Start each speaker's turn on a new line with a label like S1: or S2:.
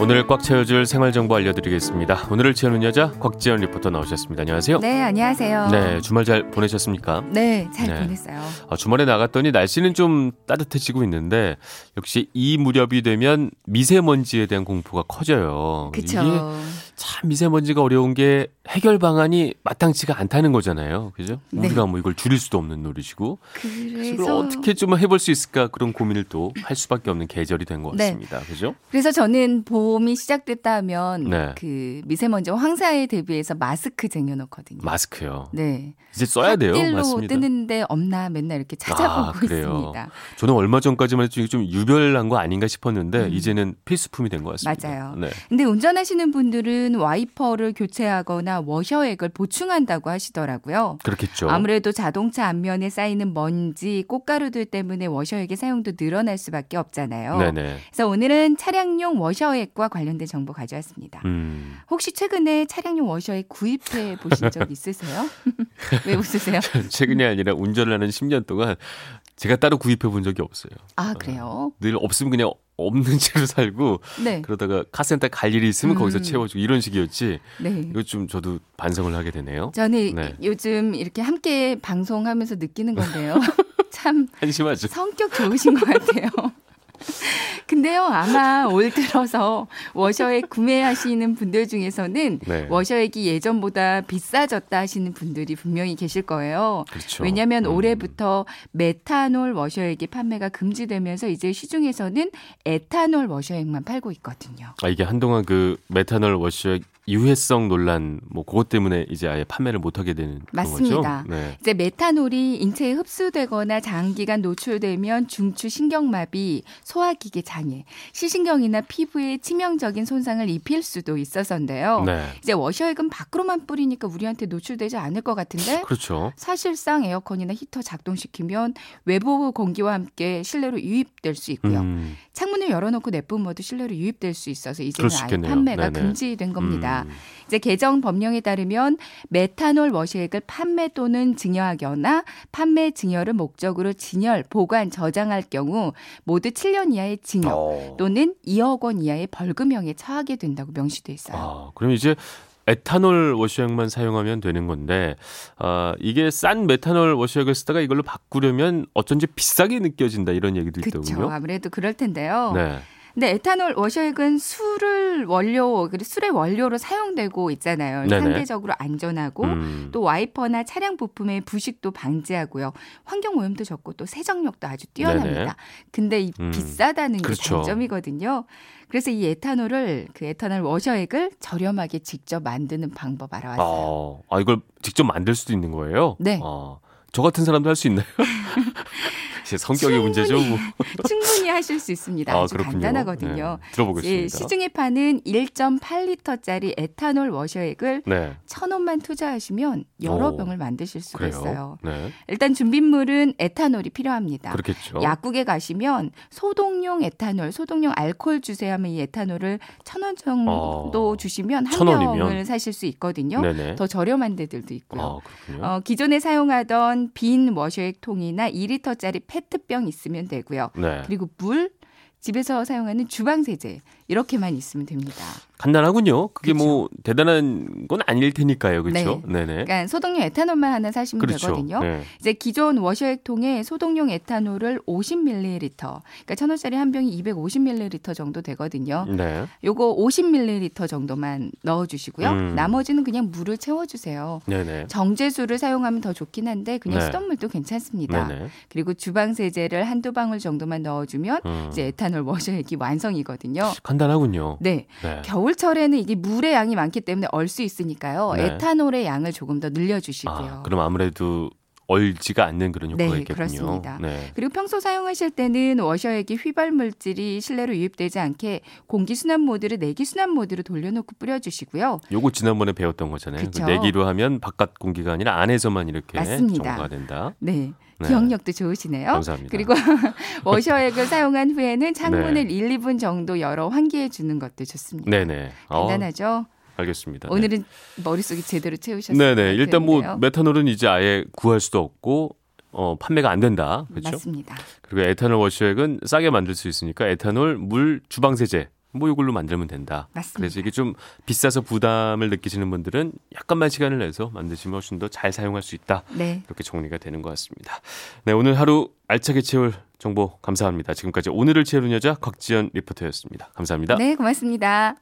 S1: 오늘을 꽉 채워줄 생활 정보 알려드리겠습니다. 오늘을 채우는 여자 곽지연 리포터 나오셨습니다. 안녕하세요.
S2: 네, 안녕하세요.
S1: 어? 네, 주말 잘 보내셨습니까?
S2: 네, 잘
S1: 네.
S2: 보냈어요.
S1: 아, 주말에 나갔더니 날씨는 좀 따뜻해지고 있는데 역시 이 무렵이 되면 미세먼지에 대한 공포가 커져요. 이게
S2: 그쵸.
S1: 참 미세먼지가 어려운 게 해결 방안이 마땅치가 않다는 거잖아요. 그죠?
S2: 네.
S1: 우리가 뭐 이걸 줄일 수도 없는 노릇이고 이걸
S2: 그래서
S1: 어떻게 좀 해볼 수 있을까 그런 고민을 또 할 수밖에 없는 계절이 된
S2: 네.
S1: 것 같습니다. 그죠?
S2: 그래서 저는 봄이 시작됐다면
S1: 네.
S2: 그 미세먼지 황사에 대비해서 마스크 쟁여놓거든요.
S1: 마스크요.
S2: 네.
S1: 이제 써야 돼요.
S2: 핫딜로
S1: 맞습니다.
S2: 뜨는데 없나 맨날 이렇게 찾아보고
S1: 아, 그래요.
S2: 있습니다.
S1: 저는 얼마 전까지만 해도 이게 좀 유별난 거 아닌가 싶었는데
S2: 음.
S1: 이제는 필수품이 된 것 같습니다.
S2: 맞아요.
S1: 네.
S2: 근데 운전하시는 분들은 와이퍼를 교체하거나 워셔액을 보충한다고 하시더라고요.
S1: 그렇겠죠.
S2: 아무래도 자동차 앞면에 쌓이는 먼지, 꽃가루들 때문에 워셔액의 사용도 늘어날 수밖에 없잖아요.
S1: 네네.
S2: 그래서 오늘은 차량용 워셔액과 관련된 정보 가져왔습니다.
S1: 음.
S2: 혹시 최근에 차량용 워셔액 구입해 보신 적 있으세요? 왜 웃으세요? 음.
S1: 최근이 아니라 운전을 하는 10년 동안 제가 따로 구입해 본 적이 없어요.
S2: 아 그래요?
S1: 늘 없으면 그냥 없는 채로 살고
S2: 네,
S1: 그러다가 카센터 갈 일이 있으면
S2: 음.
S1: 거기서 채워주고 이런 식이었지.
S2: 네.
S1: 이거 좀 저도 반성을 하게 되네요.
S2: 저는
S1: 네.
S2: 요즘 이렇게 함께 방송하면서 느끼는 건데요. 참
S1: 한심하죠.
S2: 성격 좋으신 것 같아요. 근데요, 아마 올 들어서 워셔액 구매하시는 분들 중에서는
S1: 네.
S2: 워셔액이 예전보다 비싸졌다 하시는 분들이 분명히 계실 거예요.
S1: 그렇죠.
S2: 왜냐하면
S1: 음.
S2: 올해부터 메탄올 워셔액이 판매가 금지되면서 이제 시중에서는 에탄올 워셔액만 팔고 있거든요.
S1: 아 이게 한동안 그 메탄올 워셔액 유해성 논란 뭐 그것 때문에 이제 아예 판매를 못 하게 되는 그런
S2: 맞습니다.
S1: 거죠. 네.
S2: 이제 메탄올이 인체에 흡수되거나 장기간 노출되면 중추 신경마비, 소화기계 장애, 시신경이나 피부에 치명적인 손상을 입힐 수도 있어서인데요.
S1: 네.
S2: 이제 워셔액은 밖으로만 뿌리니까 우리한테 노출되지 않을 것 같은데
S1: 그렇죠.
S2: 사실상 에어컨이나 히터 작동시키면 외부 공기와 함께 실내로 유입될 수 있고요.
S1: 음,
S2: 창문을 열어놓고 내뿜어도 실내로 유입될 수 있어서
S1: 그럴
S2: 이제는
S1: 수
S2: 아예
S1: 있겠네요.
S2: 판매가
S1: 네네.
S2: 금지된 겁니다.
S1: 음,
S2: 이제 개정 법령에 따르면 메탄올 워시액을 판매 또는 증여하거나 판매 증여를 목적으로 진열, 보관, 저장할 경우 모두 7년 이하의 징역
S1: 어.
S2: 음. 또는 2억 원 이하의 벌금형에 처하게 된다고 명시돼 있어요.
S1: 아, 그럼 이제 에탄올 워셔액만 사용하면 되는 건데 아, 이게 싼 메탄올 워셔액을 쓰다가 이걸로 바꾸려면 어쩐지 비싸게 느껴진다 이런 얘기도
S2: 그렇죠.
S1: 있더군요.
S2: 아무래도 그럴 텐데요.
S1: 네.
S2: 근데 에탄올 워셔액은 술을 원료, 그리고 술의 원료로 사용되고 있잖아요.
S1: 네네.
S2: 상대적으로 안전하고
S1: 음,
S2: 또 와이퍼나 차량 부품의 부식도 방지하고요. 환경 오염도 적고 또 세정력도 아주 뛰어납니다.
S1: 네네.
S2: 근데 이
S1: 음.
S2: 비싸다는 게
S1: 그렇죠.
S2: 단점이거든요. 그래서 이 에탄올을 그 에탄올 워셔액을 저렴하게 직접 만드는 방법 알아왔어요.
S1: 아, 아, 이걸 직접 만들 수도 있는 거예요?
S2: 네.
S1: 아, 저 같은 사람도 할 수 있나요? 이제 성격의 문제죠. 뭐.
S2: 충분히 하실 수 있습니다.
S1: 아,
S2: 아주 간단하거든요.
S1: 네,
S2: 예,
S1: 들어보겠습니다.
S2: 시중에 파는 1.8리터짜리 에탄올 워셔액을
S1: 네.
S2: 천 원만 투자하시면 여러
S1: 오,
S2: 병을 만드실 수가
S1: 그래요.
S2: 있어요.
S1: 네.
S2: 일단 준비물은 에탄올이 필요합니다.
S1: 그렇겠죠.
S2: 약국에 가시면 소독용 에탄올, 소독용 알코올 주세하면 이 에탄올을 천 원 정도
S1: 어,
S2: 주시면 한
S1: 천 원이면?
S2: 병을 사실 수 있거든요.
S1: 네네.
S2: 더 저렴한 데들도 있고요.
S1: 아, 그렇군요.
S2: 어, 기존에 사용하던 빈 워셔액 통이나 2리터짜리 페트병 있으면 되고요.
S1: 네.
S2: 그리고 물, 집에서 사용하는 주방 세제 이렇게만 있으면 됩니다.
S1: 간단하군요. 그게 뭐 대단한 건 아닐 테니까요. 그렇죠? 네. 네
S2: 그러니까 소독용 에탄올만 하나 사시면
S1: 그렇죠.
S2: 되거든요.
S1: 네.
S2: 이제 기존 워셔액 통에 소독용 에탄올을 50ml, 그러니까 천 원짜리 한 병이 250ml 정도 되거든요.
S1: 네.
S2: 요거 50ml 정도만 넣어주시고요.
S1: 음.
S2: 나머지는 그냥 물을 채워주세요.
S1: 네네.
S2: 정제수를 사용하면 더 좋긴 한데 그냥
S1: 네.
S2: 수돗물도 괜찮습니다.
S1: 네네.
S2: 그리고 주방 세제를 한두 방울 정도만 넣어주면
S1: 음.
S2: 이제 에탄올 워셔액이 완성이거든요.
S1: 간단하군요.
S2: 네,
S1: 네.
S2: 겨울철에는 이게 물의 양이 많기 때문에 얼 수 있으니까요.
S1: 네.
S2: 에탄올의 양을 조금 더 늘려주시고요.
S1: 아, 그럼 아무래도 얼지가 않는 그런 효과가
S2: 네,
S1: 있겠군요.
S2: 그렇습니다.
S1: 네.
S2: 그리고 평소 사용하실 때는 워셔액이 휘발 물질이 실내로 유입되지 않게 공기 순환 모드를 내기 순환 모드로 돌려놓고 뿌려주시고요.
S1: 요거 지난번에 배웠던 거잖아요. 그
S2: 그쵸.
S1: 내기로 하면 바깥 공기가 아니라 안에서만 이렇게
S2: 맞습니다.
S1: 정화가 된다.
S2: 네.
S1: 네.
S2: 기억력도 좋으시네요.
S1: 감사합니다.
S2: 그리고 워셔액을 사용한 후에는
S1: 네.
S2: 창문을 1, 2분 정도 열어 환기해 주는 것도 좋습니다.
S1: 네네. 어,
S2: 간단하죠?
S1: 알겠습니다. 네.
S2: 오늘은 머릿속이 제대로 채우셨을 것
S1: 네네. 일단 뭐
S2: 같은데요.
S1: 메탄올은 이제 아예 구할 수도 없고 어, 판매가 안 된다. 그렇죠?
S2: 맞습니다.
S1: 그리고 에탄올 워셔액은 싸게 만들 수 있으니까 에탄올, 물, 주방 세제 뭐 이걸로 만들면 된다.
S2: 맞습니다.
S1: 그래서 이게 좀 비싸서 부담을 느끼시는 분들은 약간만 시간을 내서 만드시면 훨씬 더 잘 사용할 수 있다.
S2: 네.
S1: 이렇게 정리가 되는 것 같습니다. 네, 오늘 하루 알차게 채울 정보 감사합니다. 지금까지 오늘을 채우는 여자 곽지연 리포터였습니다. 감사합니다.
S2: 네, 고맙습니다.